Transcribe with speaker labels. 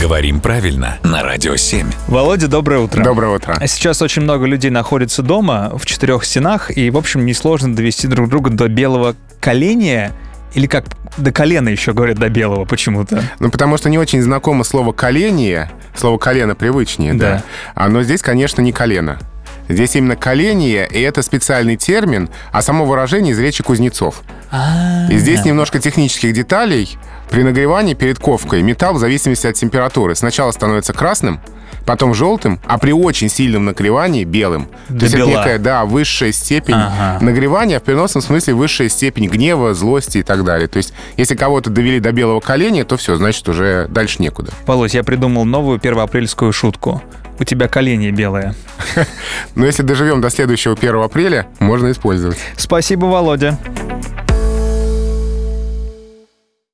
Speaker 1: Говорим правильно на Радио 7.
Speaker 2: Володя, доброе утро.
Speaker 3: Доброе утро.
Speaker 2: А Сейчас очень много людей находится дома в четырех стенах, и, в общем, несложно довести друг друга до белого коленя, или как до колена еще говорят до белого почему-то.
Speaker 3: Ну, потому что не очень знакомо слово «колени». Слово «колено» привычнее, да. А, Но здесь, конечно, не «колено». Здесь именно «колени», и это специальный термин, а само выражение из речи кузнецов.
Speaker 2: А,
Speaker 3: И здесь немножко технических деталей. При нагревании перед ковкой металл в зависимости от температуры сначала становится красным, потом желтым, а при очень сильном нагревании белым.
Speaker 2: До
Speaker 3: То есть это
Speaker 2: бела.
Speaker 3: некая, да, высшая степень
Speaker 2: Ага.
Speaker 3: нагревания, а в переносном смысле высшая степень гнева, злости и так далее. То есть если кого-то довели до белого коленя, то все, значит уже дальше некуда.
Speaker 2: Володь, я придумал новую первоапрельскую шутку. У тебя колени белые.
Speaker 3: Но если доживем до следующего 1 апреля, можно использовать.
Speaker 2: Спасибо, Володя.